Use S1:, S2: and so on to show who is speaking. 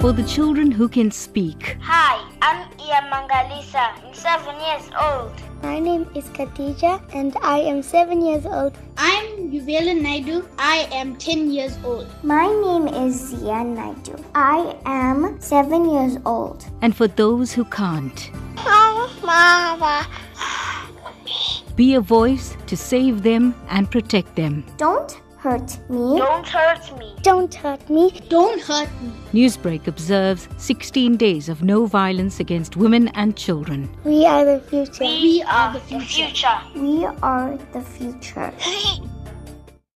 S1: for the children who can speak.
S2: Hi, I'm Ia Mangalisa. I'm seven years old.
S3: My name is Khadija and I am seven years old.
S4: I'm Yuvela Naidu. I am 10 years old.
S5: My name is Zia Naidu. I am seven years old.
S1: And for those who can't,
S2: Oh, Mama.
S1: be a voice to save them and protect them.
S5: Don't hurt me.
S2: Don't hurt me.
S3: Don't hurt me.
S4: Don't hurt me.
S1: Newsbreak observes 16 days of no violence against women and children.
S3: We are the future.
S4: We are the
S2: The
S4: future.
S2: future.
S5: We are the future.